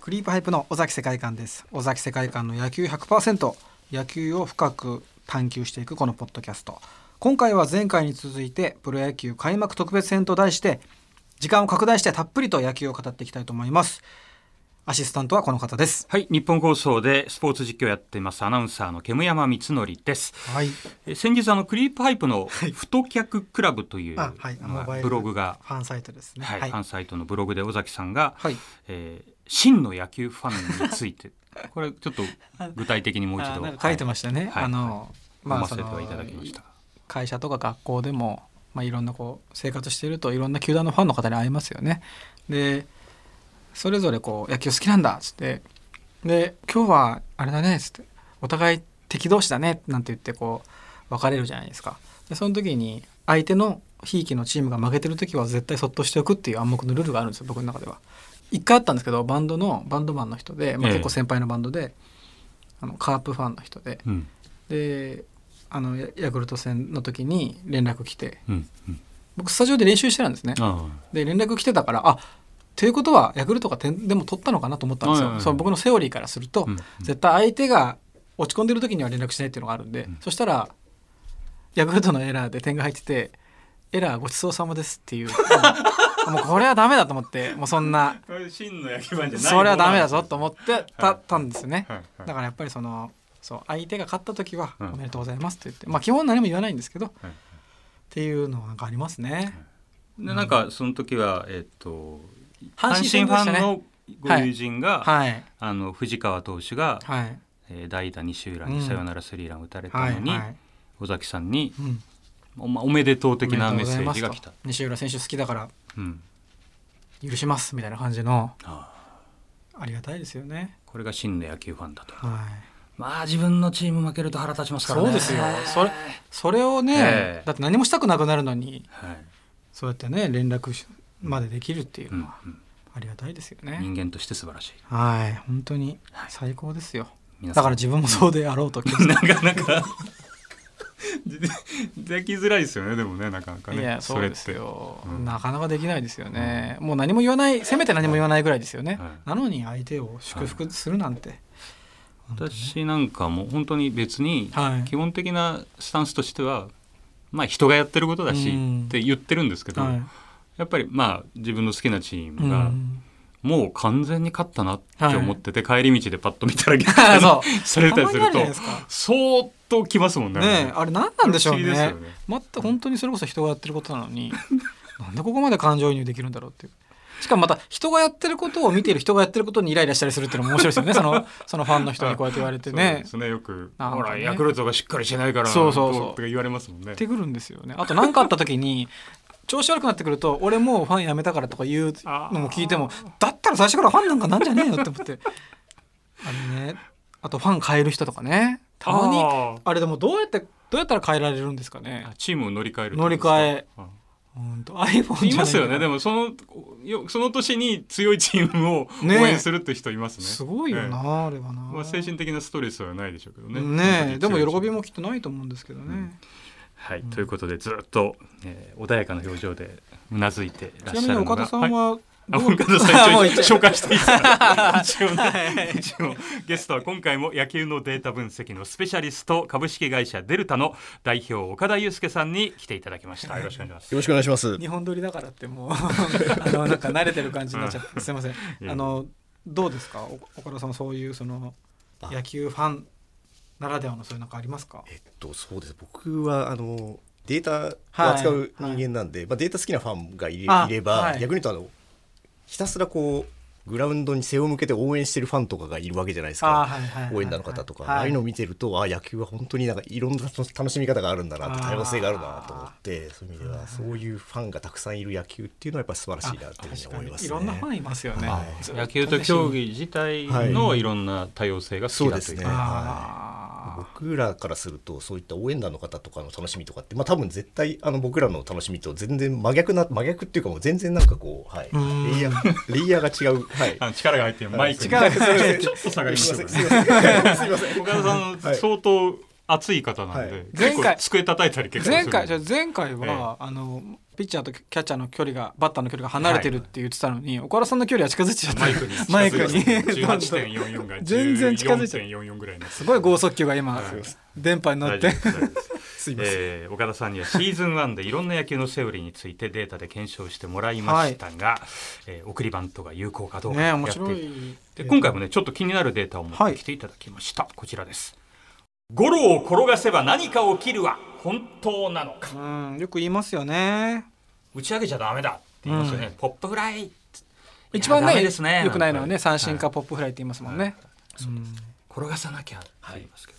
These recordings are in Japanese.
ープハイプの尾崎世界観です尾崎世界観の野球100%野球を深く探求していくこのポッドキャスト今回は前回に続いてプロ野球開幕特別編と題して時間を拡大してたっぷりと野球を語っていきたいと思いますアシスタントはこの方ですはい、日本放送でスポーツ実況やってますアナウンサーの煙山光則です。はいえ先日あのクリープハイプの太客クラブという、あはいまあモバイルブログが、ファンサイトですねはい、はいファンサイトのブログで尾崎さんが、はいえー真の野球ファンについ てこれちょっと具体的にもう一あ度なんか書いてましたね、はいあの、ままあせそてのはいただきました。会社とか学校でも、まあ、いろんなこう生活しているといろんな球団のファンの方に会いますよね。でそれぞれこう野球好きなんだっつってで今日はあれだねっつってお互い敵同士だねなんて言ってこう別れるじゃないですか。でその時に相手のひいきのチームが負けてる時は絶対そっとしておくっていう暗黙のルールがあるんですよ僕の中では。一回あったんですけどバンドのバンドマンの人で、まあ、ええ結構先輩のバンドで、あのカープファンの人でうんであのヤヤクルト戦の時に連絡来てうんうん僕スタジオで練習してたんですねあで連絡来てたからあということはヤクルトが点でも取ったのかなと思ったんですはいはいよはいそう僕のセオリーからすると、あうんうん絶対相手が落ち込んでる時には連絡しないっていうのがあるんで、うんそしたらヤクルトのエラーで点が入ってて「エラーごちそうさまです」って いうもうこれはダメだと思ってもうそんな真の野球ファンじゃないそれはダメだぞと思ってたったんですよね。はいはいだからやっぱりそのそう相手が勝った時は「おうんめでとうございます」と言って、まあ基本何も言わないんですけど、っはいていうのはなんかありますね。でなんかその時はえっと阪阪神神戦ファでしたンねのご友人が、はいあの藤川投手が、はいえー代打西浦うんにサヨナラスリーランを打たれはたいのに、はい尾崎さんにうんお,、ま、おめでとうおめ的でとなうごメッざセいーますジとが来た。西浦選手好きだからうん、許しますみたいな感じのああありがたいですよね。これが真の野球ファンだと。はい、まあ自分のチーム負けると腹立ちますからね。そうですよそれそれをね、ええだって何もしたくなくなるのにはいそうやってね連絡しまでできるっていううんうのはんありがたいですよね。人間として素晴らしい。はい本当にはい最高ですよ。皆さだんから自分もそうであろう と気をつけてなかなか できづらいですよねでもねなかなかいねやそうれっでてすよ、うんなかなかできないですよね、もう何も言わないせめて何も言わないぐらいですよね、はいなのに相手を祝福するなんて、私なんかもう本当に別にはい基本的なスタンスとしてはまあ人がやってることだしうんって言ってるんですけど、はいやっぱりまあ自分の好きなチーうムがん、もう完全に勝ったなって思ってて、帰り道でパッと見たら逆 転そされたたりますにあるじゃるとないですか相当きますもんね。ねえあれ何なんでしょうね不思議ですよね全く本当にそれこそ人がやってることなのに なんでここまで感情移入できるんだろうっていうしかもまた人がやってることを見ている人がやってることにイライラしたりするっていうのも面白いですよねそのそのファンの人にこうやって言われてそうねですねよく、なんかねほらヤクルトがしっかりしてないからそうそうそうどとか言われますもんねやっ。てくるんですよねあと何かあった時に調子悪くなってくると俺もうファンやめたからとか言うのも聞いてもだったら最初からファンなんかなんじゃねえよって思ってあれねあとファン変える人とかねたまにああーれでもどうやってどうやったら変えられるんですかねあチームを乗り換える乗り換ええ。あ本当 iPhone いますよねでももそのよその年に強いチームを応ね援するって人いますね。すごいよえな、あれはな、えまあ、精神的なストレスはないでしょうけどね。ねえでも本当に強いチー喜ムびもきっとないと思うんですけどね、うんはい、ということでずっと、えー穏やかな表情でうなずいてらっちしゃなみにるのが岡田さんはあどう、岡 田あさんもう一一応応紹介していいですか一応は ねい一応ゲストは今回も野球のデータ分析のスペシャリスト株式会社デルタの代表岡田祐介さんに来ていただきましたよろしくお願いしますよろしくお願いし ます。日本撮りだからってもう あのなんか慣れてる感じになっちゃってすいませんえあのどうですかお岡田さんそういうその野球ファンならではのそういうなんかありますかえっと、そうです。僕はあのデータを扱う人間なんで、まあデータ好きなファンがいれあいれば、はい逆に言うとあのひたすらこうグラウンドに背を向けて応援してるファンとかがいるわけじゃないですあか。はいはいはいはい応援団の方とか、はいああいうのを見てると、あ野球は本当になんかいろんな楽楽しみ方があるんだなって、あー多様性があるなと思って、そういう意味では、そういうファンがたくさんいる野球っていうのはやっぱ素晴らしいなっていうふうに確か思いにますね。いろんなファンいますよねはいずっ野球と競技自体のはいいろんな多様性が好そきうだでとすいうね。はい。あ僕らからするとそういった応援団の方とかの楽しみとかって、まあ、多分絶対あの僕らの楽しみと全然真逆な真逆っていうかもう全然なんかこう、はい、んレイヤーレイヤーが違う、はい、あの力が入ってるマイクに違うちょっと下がりましすたいま ねせんすいませんすいません岡田さん、はい相当熱い方なんで、はい結構前回机叩いたり結構す前るんで回じゃあ前回は、あのピッチャーとキャッチャーの距離がバッターの距離が離れてるって言ってたのに、岡田さんの距離は近づいてちゃったマイクにマイクに十八点四四が全然近づいちゃう四四ぐらいになってすごい剛速球が今、はい電波に乗っ大丈夫てです大丈夫ですすいません、えー岡田さんにはシーズン1でいろんな野球のセオリーについてデータで検証してもらいましたが、えー送りバントが有効かどうかねえやって面白いいで今回もねちょっと気になるデータを持ってきていただきました、こちらですゴロを転がせば何か起きるは本当なのかうんよく言いますよね打ち上げちゃダメだって言いますよね、うんポップフライ一番ねダメですねよくないのはなねんか三ね振かポップフライって言いますもんね、うん転がさなきゃって言いますけど、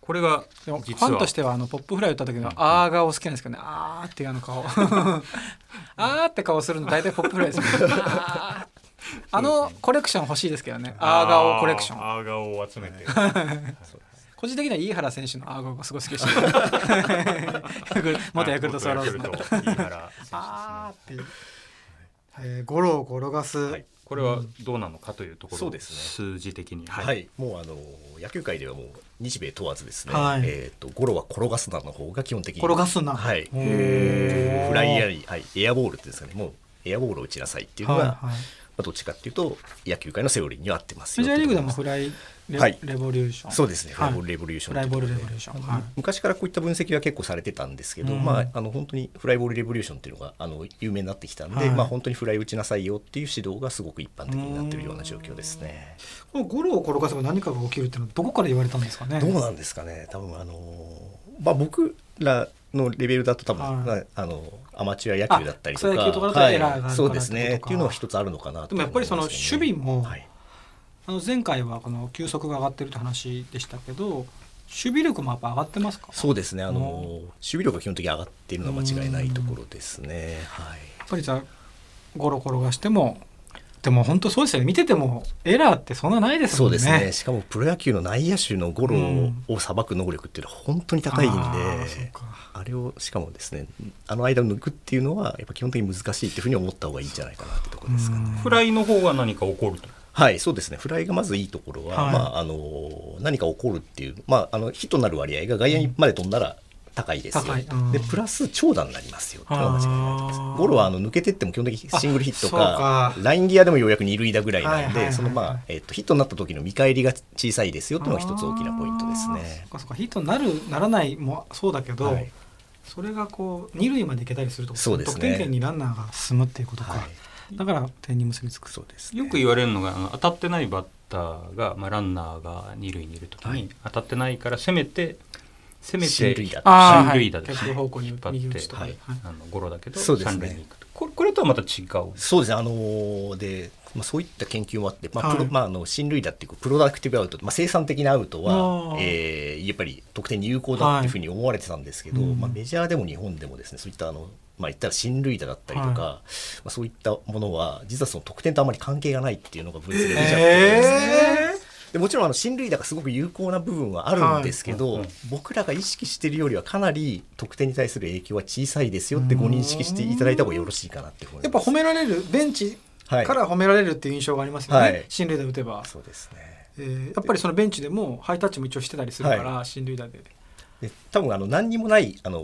これがでもフ実ァンはとしてはあのポップフライ打った時のうんあー顔好きなんですけどねあーっていうあの顔あーって顔するの大体ポップフライですもんねあーあのコレクション欲しいですけどねあー顔コレクションあー顔を集めて個人的には飯原選手のあー顔がすごい好きでした 元ヤクルトスワローズの元ヤクルト飯原選手ですね あーっていう、えー、ゴロを転がす、はいこれはどうなのかというところ、そうですね数字的に、はい、もうあの野球界ではもう日米問わずですね、はいえっ、とゴロは転がすなの方が基本的に転がすなはいフへーライヤーに、はい、エアボールっていうんですかねもうエアボールを打ちなさいっていうのが、はいはいまあ、どっちかっていうと野球界のセオリーには合ってますメよジャーリーグでってもとこフろライレ,、はいレボリューションそうですね、はいフライボールレボリューションフライボールレボリューションション、はい昔からこういった分析は結構されてたんですけど、うんまあ、あの本当にフライボールレボリューションっていうのがあの有名になってきたんで、はいまあ、本当にフライ打ちなさいよっていう指導がすごく一般的になってるような状況ですね。このゴロを転がせば何かが起きるってのはどこから言われたんですかね。どうなんですかね、多分あのーまあ、僕らのレベルだと、多分、はいまああのアマチュア野球だったりとあ草か、野球とかだとエラーがあるからはい、そうですってねことかっていうのは一つあるのかなでもやっぱりその守備も、も、はい、あの前回はこの球速が上がってるって話でしたけど、守備力もやっぱ上がってますか。やそうですね、あのーうん守備力が基本的に上がっているのは間違いないところですね。はいっぱりじゃあゴロ転がしても、でも本当そうですよね。見ててもエラーってそんなないですそもうんね。ですねしかもプロ野球の内野手のゴロうんをさばく能力っていうのは本当に高いんで、あーそうかあれをしかもですねあの間を抜くっていうのはやっぱ基本的に難しいっていうふうに思った方がいいんじゃないかなってところですかね。うんフライの方は何か起こるとはい、そうですね。フライがまずいいところは、はいまあ、あの、何か起こるっていう、まあ、あの、ヒットになる割合が外野にまで飛んだら高いですよ。高いうんで、プラス長打になりますよ。っていうのが間違いないと思いあまーす。ゴロは、あの、抜けてっても基本的にシングルヒットあかそ、うラインギアでもようやく二塁打ぐらいはないんはいはいはで、いその、まあ、えっと、ヒットになった時の見返りが小さいですよっていうのが一つ大きなポイントですあーそねっ。かそっかヒットになるならないもそうだけど、はいそれがこう二塁まで行けたりするとそうですね得点圏にランナーが進むっていうことか、はだから点に結びつくそうですね。よく言われるのがあの当たってないバッターが、まあ、ランナーが二塁にいるときに、はい当たってないから攻めて攻めて進塁打あー三塁打ではい逆方向に引っ張右っ打てちとかはいはいあのゴロだけどそうですね三塁に行くとこれこれとはまた違うそうですね、あのーで、まあ、そういった研究もあって、まあプロはいまあ、あの親類だっていうかプロダクティブアウト、まあ、生産的なアウトあはー、えーやっぱり得点に有効だっていうふうに思われてたんですけど、はいうんまあ、メジャーでも日本でもですねそういったあの、まあ、言ったら親類打だったりとか、まあ、そういったものは実はその得点とあまり関係がないっていうのが分析で出ちゃってるんですね。えでもちろんあの親類打がすごく有効な部分はあるんですけど、はいうんうん僕らが意識しているよりはかなり得点に対する影響は小さいですよってご認識していただいた方がよろしいかなって思いますやっぱ褒められるベンチはいから褒められるっていう印象がありますよね、はい進塁打打てば、そうですねえーやっぱりそのベンチでもハイタッチも一応してたりするから、進塁打でで多分あの何にもないあの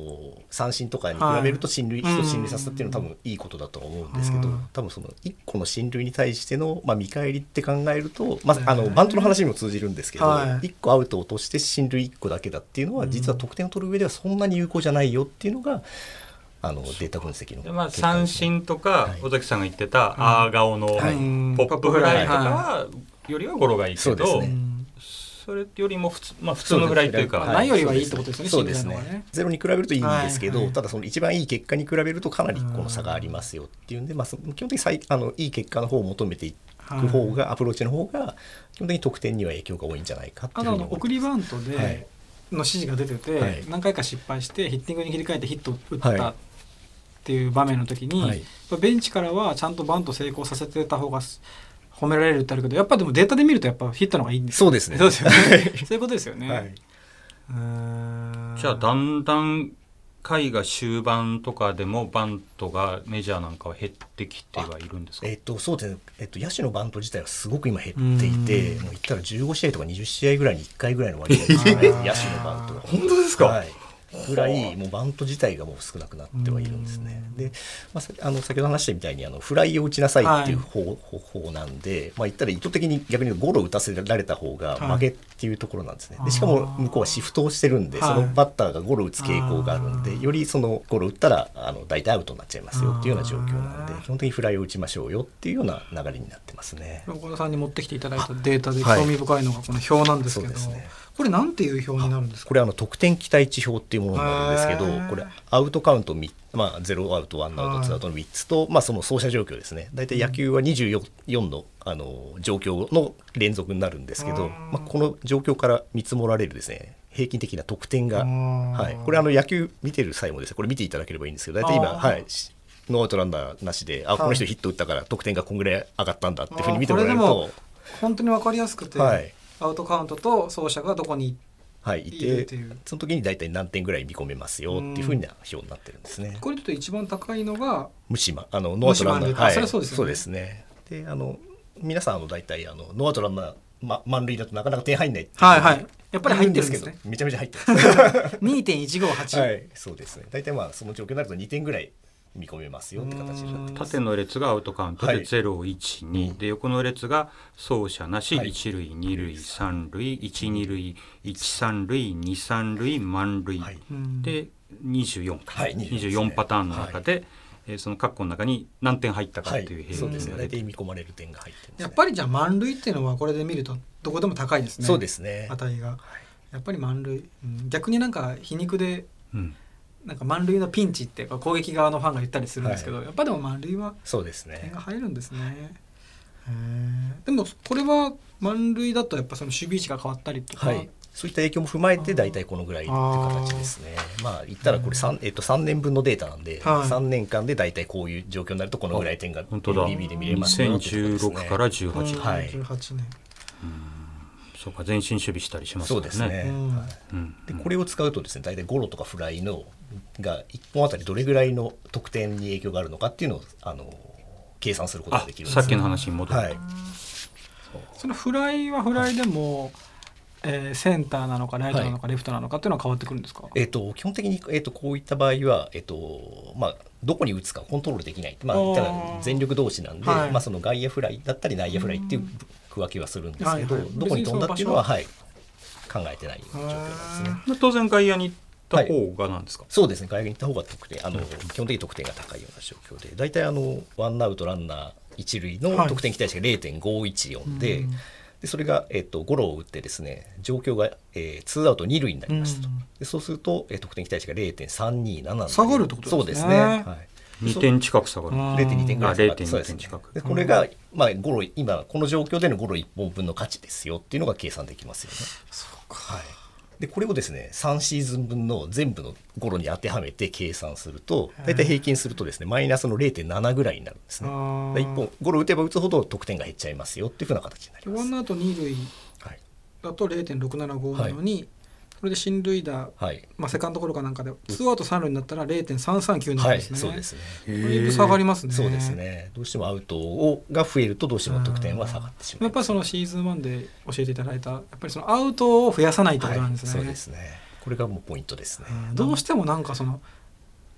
三振とかに比べると進塁、はい人を進塁させたっていうのは多分いいことだと思うんですけど、うん多分その1個の進塁に対しての、まあ、見返りって考えると、まずあうのんバントの話にも通じるんですけど、はい1個アウトを落として進塁1個だけだっていうのうは、ん実は得点を取る上ではそんなに有効じゃないよっていうのがあのデータ分析のでまあ、結果三ですね振とかはい尾崎さんが言ってた、ああ顔のポはいップフライとかは、よりはゴロがいいけそうですど、うねんそれよりも普通,、まあ、普通のフライというか、ははないよりはいいってことですよねそうですねシングルの方がねゼロに比べるといいんですけど、はいはいただその一番いい結果に比べるとかなりこの差がありますよっていうんで、まあ、その基本的に最あのいい結果の方を求めていく方が、アプローチの方が基本的に得点には影響が多いんじゃないかってあいうとふあうにの思送りバントではいの指示が出てて、はい何回か失敗してヒッティングに切り替えてヒットを打っはたいっていう場面の時に、はいベンチからはちゃんとバント成功させてた方が褒められるってあるけどやっぱでもデータで見るとやっぱヒットの方がいいんですそうですねそうですよねそういうことですよね、はい、うーんじゃあだんだん回が終盤とかでもバントがメジャーなんかは減ってきてはいるんですかえっと、そうですね、えっと、野手のバント自体はすごく今減っていて、もう言ったら15試合とか20試合ぐらいに1回ぐらいの割合ですね、野手のバントが。本当ですはい、ぐらいもうバント自体がもう少なくなってはいるんですね。で、まあ、さあの先ほど話したみたいにあのフライを打ちなさいっていう方,、方法なんで、まあ、言ったら意図的に逆にゴロを打たせられた方がはい負けっていうところなんですね。あーでしかも向こうはシフトをしてるんではいそのバッターがゴロを打つ傾向があるんあーでよりそのゴロを打ったらあの大体アウトになっちゃいますよっていうような状況なんであー基本的にフライを打ちましょうよっていうような流れになってますね。岡田さんに持ってきていただいたデータではい興味深いのがこの表なんですけど、そうですねこれなんていう表になるんですかこれあの得点期待値表っていうものになるんですけへどーこれアウトカウント、みまあ、0アウト1アウはトい2アウトの3つと、まあ、その走者状況ですね大体野球は24のあの状況の連続になるんですけうんど、まあ、この状況から見積もられるですね平均的な得点が、うんはい、これあの野球見てる際もですねこれ見ていただければいいんですけど大体今、あーはい、しノーアウトランナーなしであこの人はいヒット打ったから得点がこんぐらい上がったんだっていうふうあにー見てもらえるこれでとも。本当にわかりやすくて、はいアウトカウントと走者がどこにはい、いいるてっていうその時に大体何点ぐらい見込めますよっていうふうな表になってるんですね。これちょっと一番高いのが無島あのノーアウトランナ無ー島あそれはそうですよねそうですね。であの皆さんあの大体あのノーアウトランナー、ま、満塁だとなかなか点入んないってはいはいやっぱり入ってるんです言ねうけどめちゃめちゃ入ってま2.158、す。はい、 そうですね。大体まあその状況になると2点ぐらい見込めますよって形になってます。縦の列がアウトカウントはでい012、で横の列が走者なし、はい一塁二塁三塁一二塁一三塁二三塁満塁、はいうんで24か、はい24 24パターンの中で、えーその括弧の中に何点入ったかはっいていう、平そう均ですね。が出大て体見込まれる点が入ってます、ね。やっぱりじゃあ満塁っていうのはこれで見るとどこでも高いですねそうですね。値がやっぱり満塁、うん逆になんか皮肉でうんなんか満塁のピンチって攻撃側のファンが言ったりするんですけど、やっぱでも満塁はそうです点ねが。入るんですね。へーでもこれは満塁だとやっぱその守備位置が変わったりとか、はい、そういった影響も踏まえて大体このぐらいって形ですね。まあ言ったらこれ三えっと三年分のデータなんで、は三い年間で大体こういう状況になるとこのぐらい点が本当だ BB で見れますよってことですね2016から18、うんはい18年、そうか前進守備したりしますそもうんねですね。うんはいうんでこれを使うとですね大体ゴロとかフライのが一本あたりどれぐらいの得点に影響があるのかっていうのをあの計算することがあできるんですさね。っきの話に戻る、はい。そのフライはフライでも、えーセンターなのかライトなのかレフトなのかっていうのは変わってくるんですか、えっと基本的に、えっとこういった場合は、えっとまあ、どこに打つかコントロールできない、まあ、あー言ったら全力同士なんで、はいまあ、その外野フライだったり内野フライっていう区分けはするんですけど、はいはいどこに飛んだっていうのは、はい、考えてない状況なんですね。へで当然外野に行った方がなんですか、そうですね外野に行った方が得点あの、基本的に得点が高いような状況で大体あのワンアウトランナー一塁のはい得点期待値が0.514で,、うんでそれが、えっとゴロを打ってですね状況が、えー、ツーアウト二塁になりましたと、うんでそうすると、えー得点期待値が0.327なんで下がるってことそうでですすねね、はい、二2点近く下がる、うん0.2点ぐらい下がってあ0.2そうですね近くでこれが、まあ、ゴロ今この状況でのゴロ1本分の価値ですよっていうのが計算できますよね。そうかはい、でこれをですね3シーズン分の全部のゴロに当てはめて計算すると大体平均するとですねマイナスの0.7ぐらいになるんですね。あだーから一本ゴロ打てば打つほど得点が減っちゃいますよっていうふうな形になりでワンまアす。ウト二塁はいだと0.675なのに、それで進塁打、はいまあ、セカンドゴロかなんかでツーアウト三塁になったら0.339なんはでい、すね、そうですね。これいぶ下がりますねそうですね。どうしてもアウトをが増えるとどうしても得点は下がってしまやっう。ぱりそのシーズン1で教えていただいたやっぱりそのアウトを増やさないってことなんですね,、はい、そうですね。これがもうポイントですね。うんどうしてもなんかその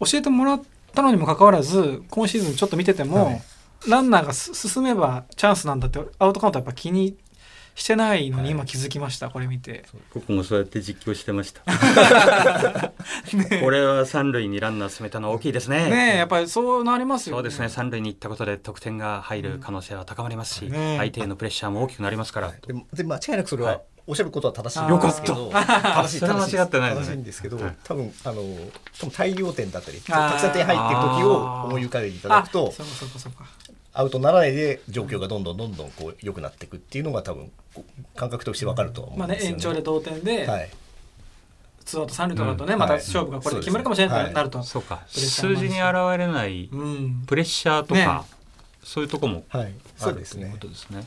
教えてもらったのにもかかわらず今シーズンちょっと見てても、はいランナーがす進めばチャンスなんだってアウトカウントやっぱ気にしてないのはにい今気づきました、これ見て。ここもそうやって実況して ましたこれは三塁にランナー進めたのは大きいですねねえやっぱりそうなりますよそうですね三塁に行ったことで得点が入る可能性は高まりますし、ねえ相手へのプレッシャーも大きくなりますから、でで間違いなくそれはいはおっしゃることは正しいんですけど、よ正しいそれは間違ってないですね正しいんですけど、はい多分あの多分大量点だったりあーたくさん点入ってる時を思い浮かべていただくあとそうかそうかそうかアウトならないで状況がどんどんどんどんこう良くなっていくっていうのが多分こう感覚としてわかるとは思まうあんねですよ延長でね。同点で、はい、ツーアウト三塁とかだとね、うんまたはい勝負がこれで決まるかもしれないとなると、そうかプレッシャー数もある字しに現れないうんプレッシャーとか、そういうとこもはい、あそうるですというねこ。とですね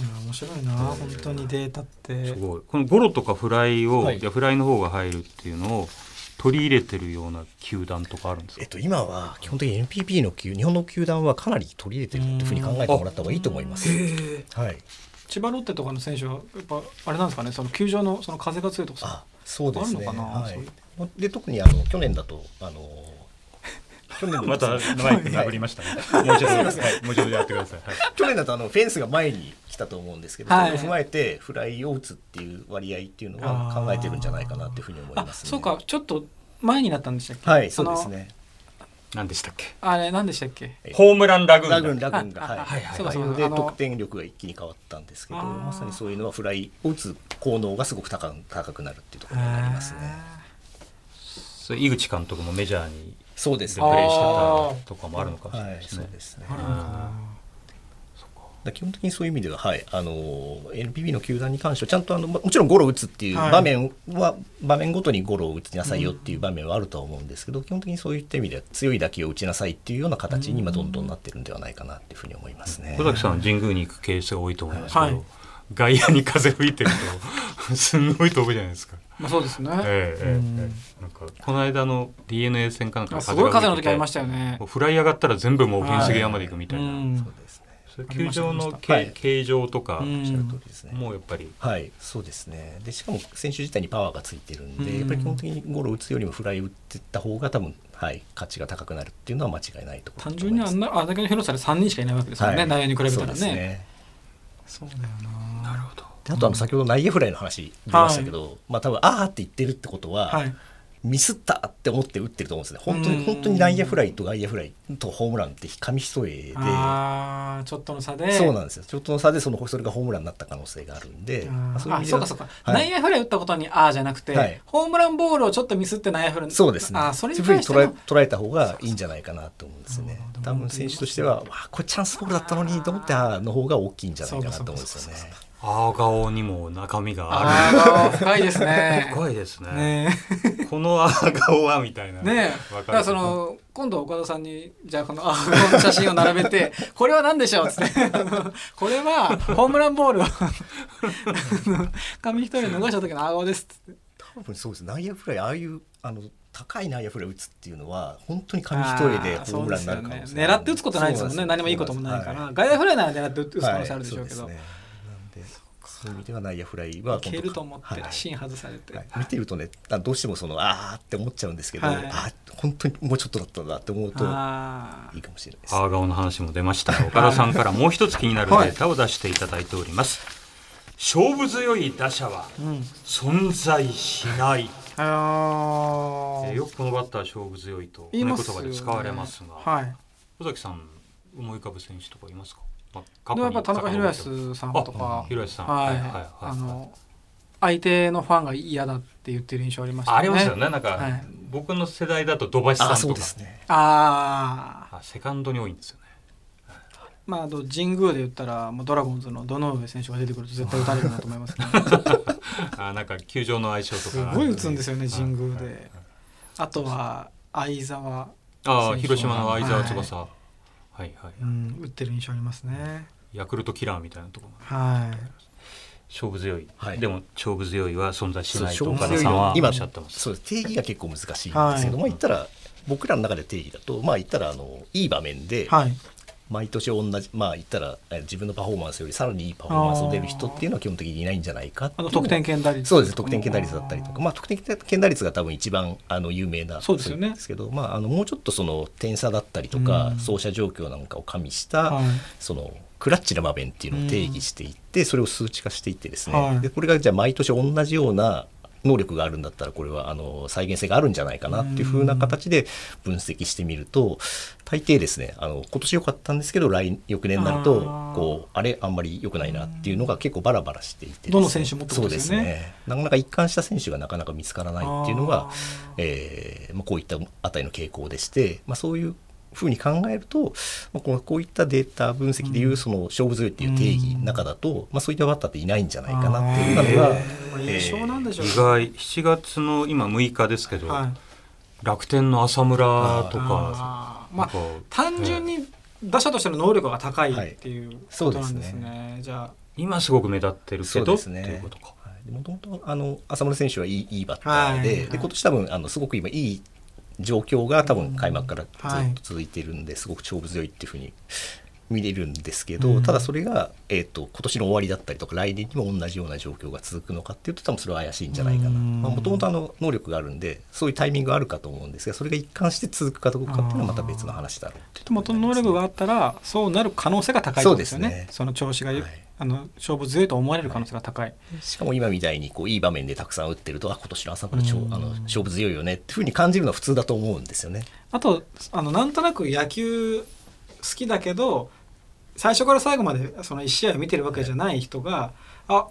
いや面白いな本当にデータってすごいこのゴロとかフライを、はいじゃあフライの方が入るっていうのを取り入れてるような球団とかあるんですえかっと、今は基本的に NPP の球日本の球団はかなり取り入れてるっていうふうに考えてもらった方がいいと思います。はい、千葉ロッテとかの選手はやっぱあれなんですかねその球場のその風が強いとかあそうですね。あるのかなはそういうい、で特にあの去年だとあの 去年だとまたマイク殴りましたね。もう一度、はい、もう一度やってください。はい去年だとあのフェンスが前に来たと思うんですけど、はいそれを踏まえてフライを打つっていう割合っていうのは考えてるんじゃないかなっていうふうに思いあます、ね。そうかちょっと前になったんでしたっけはい、そあうのですね。何でしたっけ。あれ何でしたっけホームランラグーンだラグンラグンがああはい、あはいそうかそうかであの得点力が一気に変わったんですけど、あーまさにそういうのはフライを打つ効能がすごく高く高くなるっていうところになりますね。それ井口監督もメジャーにそうでプすレね。あーーしてたとかもあるのかもしれなはいい、ですそうね。ですね。あるのかなだから基本的にそういう意味では、はい、あの NPB の球団に関してはちゃんとあのまもちろんゴロを打つっていうはい場面は、場面ごとにゴロを打ちなさいよっていう場面はあるとは思うんですけど、基本的にそういった意味では強い打球を打ちなさいっていうような形に今どんどんなってるんではないかなっていうふうに思いますね。小崎さん神宮に行くケースが多いと思いますけど、はい外野に風吹いてると すんごい飛ぶじゃないですか。まあそうですね、ええええうんええなんかこの間の DNA 戦かなんあかのすごい風の時ありまししたよねもうフライ上がったら全部もうフェンス際まで行くみたいな、うんそうですね。そういう球場のはけい形状とか、うんおっしゃる通りですね。もうやっぱりはい、そうですねでしかも選手自体にパワーがついてるんで、うんやっぱり基本的にゴロ打つよりもフライ打ってった方が多分、はい、価値が高くなるっていうのは間違いないところ単だと純思いにまあすんなあれだけの広さで3人しかいないわけですよね、内野に比べたそらうでねすそうだよななるほどであとあの先ほど内野フライの話出ましたけど、まあ多分あーって言ってるってことは、はいミスったって思って打ってると思うんですね本当うんに本当に内野フライと外野フライとホームランって紙一重でああちょっとの差でそうなんですよちょっとの差でそのそれがホームランになった可能性があるんでまああーい意あ味でそうかはそうか、はい内野フライ打ったことにああじゃなくて、はいホームランボールをちょっとミスって内野フライそうですね。あーそれにそうい対うしてふうに捉のえ捉えた方がいいんじゃないかなと思うんですねそうそう。多分選手としては、わあこれチャンスボールだったのにと思って、あーの方が大きいんじゃないかなと思うんですよね。青顔にも中身がああー深いです るねすごいですねねこの青顔はみたいなえねえわだかかるらその今度岡田さんにじゃあこのあこの写真を並べて これは何でしょうっつってあのこれはホームランボールをあの紙一重逃した時の青ですっつって多分そうです。内野フライ、ああいうあの高い内野フライ打つっていうのは本当に紙一重であーホームランになる可能そうです性よね狙って打つことないですもんね何もいいこともないから、外野フライなら狙って打つ可能性あるでしょうけど、はいそうですねなんでそういう意味では内野フライは本い当けると思って、はい芯外されて、はい見てるとねあどうしてもそのあーって思っちゃうんですけど、はいあー本当にもうちょっとだったんだって思うとあいいかもしれないですね。青顔の話も出ました岡田さんからもう一つ気になるデータを出していただいております、勝負強い打者はーうん存在しない、あえーーよくこのバッター勝負強いとこ言いのま言すよ葉ねで使われますがはい尾崎さん思い浮かぶ選手とかいますか、まあ、過でもやっぱ田中遡宏っても康さんとあか広安さんはい、あの相手のファンが嫌だって言ってる印象ありましたありますよねなんか、はい僕の世代だと土橋さんあとーかそうですね。あああセカンドに多いんですよねまああと神宮で言ったらもうドラゴンズの堂上選手が出てくると絶対打たれるなと思いますけどあなんか球場の相性とかすごい打つんですよね神宮はいはいであとは相澤、あ選手あは広島の相澤翼、はい、はいうん、打ってる印象ありますねヤクルトキラーみたいなところはい勝負強い、はいでも勝負強いは存在しないそとう岡勝田負強いさんはお今っしゃってますそうです定義が結構難しいんですけど、はいまあ言ったら僕らの中で定義だとまあ言ったらあのいい場面ではい毎年同じまあ言ったらえ自分のパフォーマンスよりさらにいいパフォーマンスを出る人っていうのは基本的にいないんじゃないかってあいのうの得点圏打率そうです得点圏打率だったりとか、まあ、得点圏打率が多分一番あの有名なそうですよねですけど、まあ、あのもうちょっとその点差だったりとか、うん走者状況なんかを加味した、はいそのクラッチな場面っていうのを定義していって、それを数値化していってですね、はいでこれがじゃあ毎年同じような能力があるんだったらこれはあの再現性があるんじゃないかなっていうふうな形で分析してみると大抵ですねあの今年良かったんですけど来翌年になるあとーこうあれあんまり良くないなっていうのが結構バラバラしていてですねどの選手もってことですよねそうですねなかなか一貫した選手がなかなか見つからないっていうのがあー、えーまあ、こういった値の傾向でして、まあ、そういうふうに考えると、まあ、このこういったデータ分析でいうその勝負強いっていう定義の中だと、まあ、そういったバッターっていないんじゃないかなっていうのが、あー印象なんでしょう意外7月の今6日ですけど、はい楽天の浅村とかあーまなんかあ単純に打者としての能力が高いっていうそこうとでなすんねですね。じゃあ今すごく目立ってるけそうどでっすてねいうことかはいもともとあの浅村選手はいいいいバッターで,、はいはいで今年多分あのすごく今いい状況が多分開幕からずはっいと続いてるんで、すごく勝負強いっていうふうに見れるんですけど、うんただそれが、えー、と今年の終わりだったりとか来年にも同じような状況が続くのかっていうと多分それは怪しいんじゃないかなうんもともと能力があるんでそういうタイミングがあるかと思うんですがそれが一貫して続くかどうかっていうのはまた別の話だろうっていうでもと能力があったらそうなる可能性が高いってことですよねそそうですねの調子が、はいあの勝負強いと思われる可能性が高い、しかも今みたいにこういい場面でたくさん打ってるとあ今年の朝からうんあの勝負強いよねっていうふうに感じるのは普通だと思うんですよね。あとあのなんとなく野球好きだけど最初から最後までその1試合を見てるわけじゃない人が、あ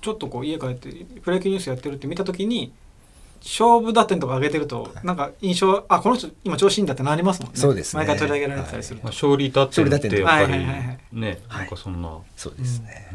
ちょっとこう家帰ってプロ野球ニュースやってるって見た時に勝負打点とか上げてるとなんか印象あこの人今調子いいんだってなりますもんねそうですね毎回取り上げられてたりすると、まあ勝利打点ってやっぱ勝り利打点はいはいはいはねはいなんかそんな、そうですね、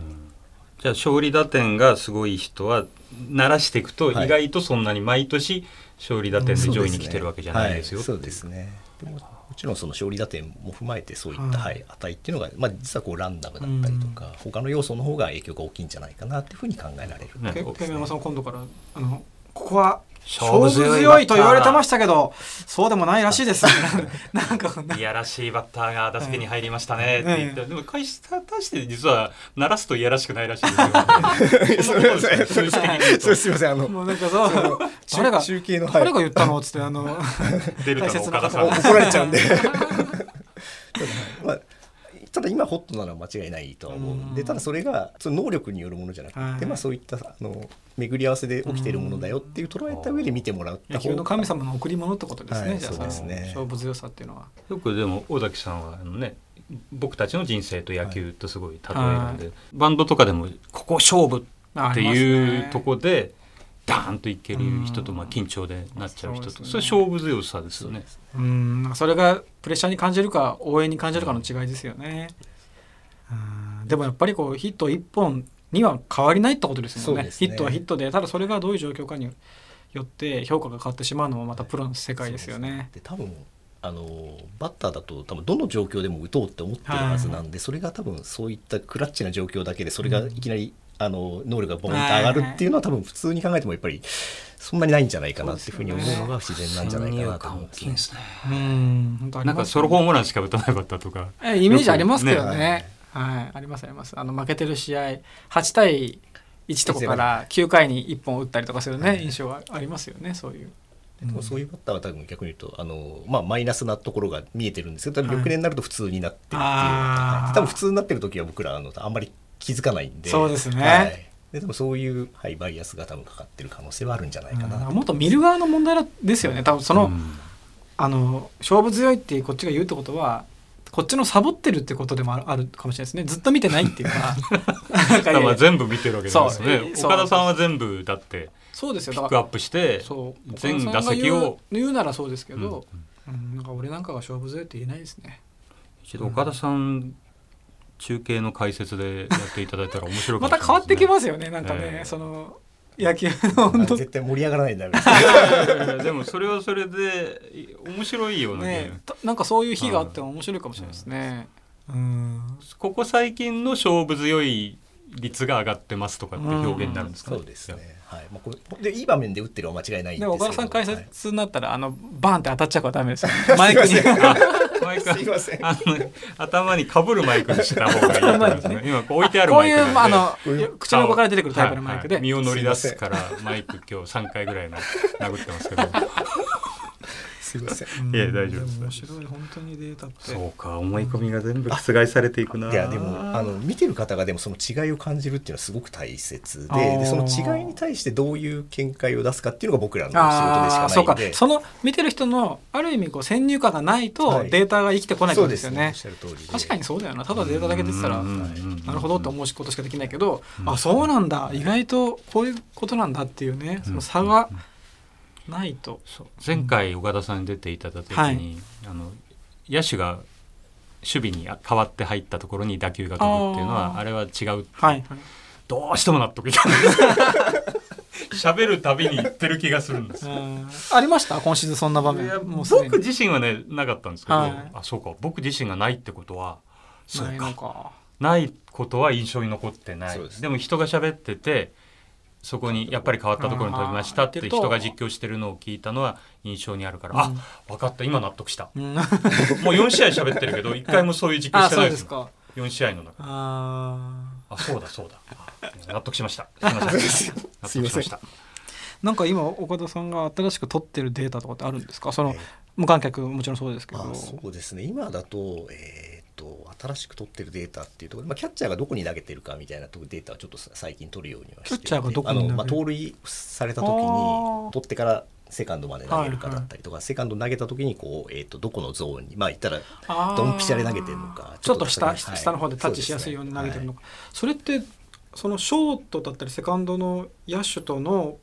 じゃあ勝利打点がすごい人は慣らしていくとはい意外とそんなに毎年勝利打点で上位に来てるわけじゃないですよ、はいそうですね。でももちろんその勝利打点も踏まえてそういった、ははいい、値っていうのが、まあ、実はこうランダムだったりとか、他の要素の方が影響が大きいんじゃないかなっていうふうに考えられる。ねペそうですペねメマさん今度からあのここは勝勝負負強強いいと言われてましたけどそうでもないらしいですなんかなんかいやらしいバッターが打席に入りましたねって言って、えでも返し果たして実は鳴らすといやらしくないらしいです よそんなことですね数字的に言うとすみませんあのもうなんかそう中誰が中継のはい誰が言ったのっつってあのデルタの岡田さ大切な方がん怒られちゃうんでただ,、まあ、ただ今ホットなのは間違いないとは思うんでうんただそれがその能力によるものじゃなくて、はいまあ、そういったあの巡り合わせで起きているものだよっていう捉えた上で見てもらった野方球がの神様の贈り物ってことですね、はいじゃあそうですねの勝負強さっていうのはよくでも尾崎さんはあのね僕たちの人生と野球とすごい例える んで、バンドとかでもここ勝負っていうとこで、ダーンといける人とうんまあ緊張でなっちゃう人そうとですねそれ勝負強さですよね。うんなんかそれがプレッシャーに感じるか応援に感じるかの違いですよね、うんでもやっぱりこうヒット1本には変わりないってことですもんねそうですねヒットはヒットでただそれがどういう状況かによって評価が変わってしまうのもまたプロの世界ですよね。で多分あのバッターだと多分どの状況でも打とうって思ってるはずなんで、それが多分そういったクラッチな状況だけでそれがいきなり、あの能力がボンと上がるっていうのは多分普通に考えてもやっぱりそんなにないんじゃないかなっていうふうに思うのが自然なんじゃないかなと思いますね。ね。うん本当ありなんまかすソロホームランしか打たないバッターとか。えイメージありますけどねよくねはい、ありますありますあの負けてる試合8対1とかから9回に1本打ったりとかするね、はい印象はありますよねそういう。でもそういうバッターは多分逆に言うとあの、まあ、マイナスなところが見えてるんですけど多分翌年になると普通になってるっていう、あー多分普通になってる時は僕らあのあんまり気づかないんでそうですねはい、ででもそういう、はい、バイアスが多分かかってる可能性はあるんじゃないかなとうんもっと見る側の問題だですよね多分その,、うんあの勝負強いってこっちが言うってことはこっちのサボってるってことでもあるあるかもしれないですねずっと見てないっていうかなんかだいかやいらや全部見てるわけですそうえね。そう岡田さんは全部だってそうですよピッだクかアらップしてそう全岡田打さんが席言うを。言うならそうですけうんど、うんなんか俺なんかが勝負強いって言えないですね一度岡田さん中継の解説でやっていただいたらま面白いかもしれないた変わってきすね。ますよねなんかね、ええその野球のあ温の度絶対盛り上がらないんだよ ね でもそれはそれでい面白いようなゲーム、ねたなんかそういう日があっても面白いかもしれないですね。うんここ最近の勝負強い率が上がってますとかって表現になるんですかね、そうですね、はいまあ、これでいい場面で打ってるのは間違いないんでですけども岡田さん解はい説になったら、あのバンって当たっちゃうからダメ ですよマイクにすいませんあマイクはすいませんあの頭にかぶるマイクにした方がいいと思いますね今こう置いてあるこうマイいクなうんであのこういう口の横から出てくるタイプのマイクで、はいはい身を乗り出すからマイク今日3回ぐらいの殴ってますけどすいませんうんいや大丈夫です面白い本当にデータってそうか思い込みが全部覆されていくないやでもあの見てる方がでもその違いを感じるっていうのはすごく大切あーででその違いに対してどういう見解を出すかっていうのが僕らの仕事でしあかあそうないかんでその見てる人のある意味こう先入観がないとはいデータが生きてこないってそこうとでですすよねおっね。しゃる通りで確かにそうだよなただデータだけ出てたらなるほどって思うことしかできないけど、うんあそうなんだ意外とこういうことなんだっていうねその差がないと、そう前回岡田さんに出ていただいた時に、あの野手が守備に変わって入ったところに打球が飛ぶっていうのあはーあれは違うはいはいどうしても納得いかない です喋るたびに言ってる気がするんですようんありました今シーズンそんな場面いやもうすでに僕自身はねなかったんですけど、はいあそうか僕自身がないってことはそうないかのかないことは印象に残ってないそうで,、ですも人が喋っててそこにやっぱり変わったところに飛びましたって人が実況してるのを聞いたのは印象にあるから、あ分かった今納得した、うん、もう4試合喋ってるけど1回もそういう実況してないですか4試合の中ああそうだそうだ納得しましたすいません納得しましたなんか今岡田さんが新しく取ってるデータとかってあるんですかその、えー、無観客もちろんそうですけど、まあ、そうですね今だと,、えー、と新しく取ってるデータっていうところで、まあ、キャッチャーがどこに投げてるかみたいなデータをちょっと最近取るようにはしてキャッチャーがどこにまあ、盗塁された時に取ってからセカンドまで投げるかだったりとか、はいはい、セカンド投げた時にこう、えーと、とどこのゾーンにまあ言ったらドンピシャで投げてるのかちょっと下,、はい、下の方でタッチしやすいように投げてるのかそ、ね,はい、それってそのショートだったりセカンドの野手との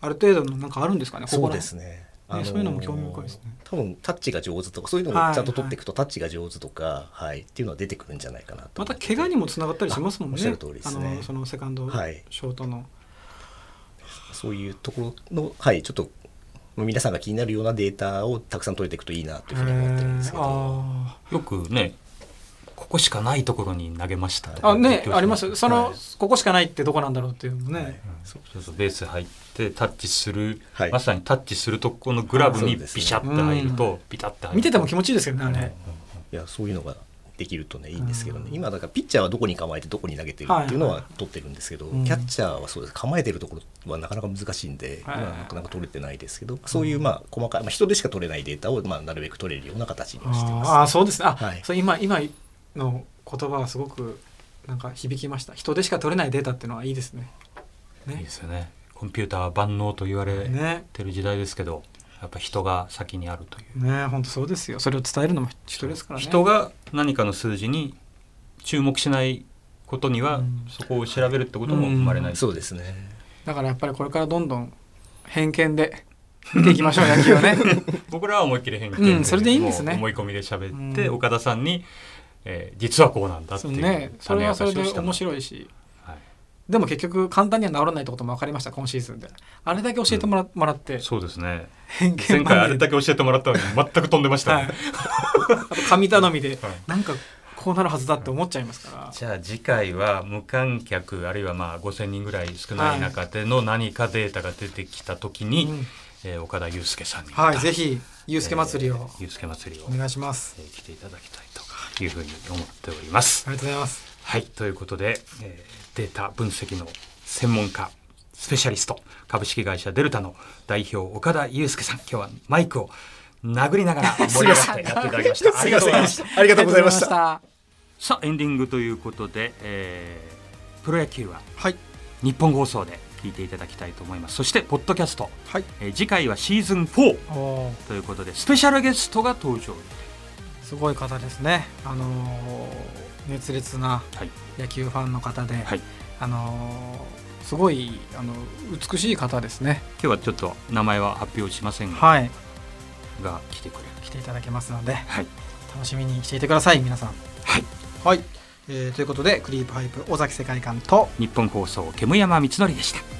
ある程度のなんかあるんですかねそうですねあのー、そういうのも興味深いですね多分タッチが上手とかそういうのもちゃんと取っていくと、はいはい、タッチが上手とか、はいっていうのは出てくるんじゃないかなとまた怪我にもつながったりしますもんねおっしゃる通りですねそのセカンド、はい、ショートのそういうところのはいちょっと皆さんが気になるようなデータをたくさん取れていくといいなというふうに思ってるんですけどよくねここしかないところに投げましたあねありますその、はい、ここしかないってどこなんだろうっていうのね、はい、そうそうベース入ってタッチする、はい、まさにタッチするとこのグラブにビシャッて入ると、ね、ビタッて入る見てても気持ちいいですけどねあれ、いやそういうのができるとねいいんですけどね、今だからピッチャーはどこに構えてどこに投げてるっていうのは取ってるんですけど、キャッチャーはそうです構えてるところはなかなか難しいんで、今なかなか取れてないですけど、そういうまあ細かい、まあ、人でしか取れないデータをまあなるべく取れるような形にはしてます、ね、あそうですねあ、はい、それ今今の言葉はすごくなんか響きました人でしか取れないデータっていうのはいいですね。ねいいですよねコンピューター万能と言われてる時代ですけど、ね、やっぱ人が先にあるというね本当そうですよそれを伝えるのも人ですからね人が何かの数字に注目しないことには、うん、そこを調べるってことも生まれない、うんうん、そうですねだからやっぱりこれからどんどん偏見で見ていきましょう野球をね僕らは思いっきり偏見で、それでいいんですね思い込みで喋って、岡田さんにえー、実はこうなんだっていうねそれはそれで面白いし、はい、でも結局簡単には治らないってことも分かりました今シーズンであれだけ教えてもら,うん、もらってそうですね前回あれだけ教えてもらった のに全く飛んでましたね、はい、神頼みで、はい、なんかこうなるはずだって思っちゃいますから、じゃあ次回は無観客あるいはまあ5,000人ぐらい少ない中での何かデータが出てきた時に、はい、えー、岡田祐介さんにはいぜひ祐介祭りを、えー、祐介祭りをお願いします、えー、来ていただきたいというふうに思っております。ありがとうございます。はい、ということで、えー、データ分析の専門家、スペシャリスト、株式会社デルタの代表、岡田祐介さん、今日はマイクを殴りながら盛り上がってやっていただきました。 ありがとうございました。ありがとうございました。さあ、エンディングということで、えー、プロ野球は、はい、日本放送で聞いていただきたいと思います。そして、ポッドキャスト、はい、えー、次回はシーズン4ということで、スペシャルゲストが登場。すごい方ですね、あのー、熱烈な野球ファンの方で、はい、あのー、すごいあの美しい方ですね。今日はちょっと名前は発表しませんが、はい、が来てくれる来ていただけますので、はい、楽しみにしていてください、皆さん。はい、はいえー、ということで、クリープハイプ尾崎世界観と日本放送、煙山光則でした。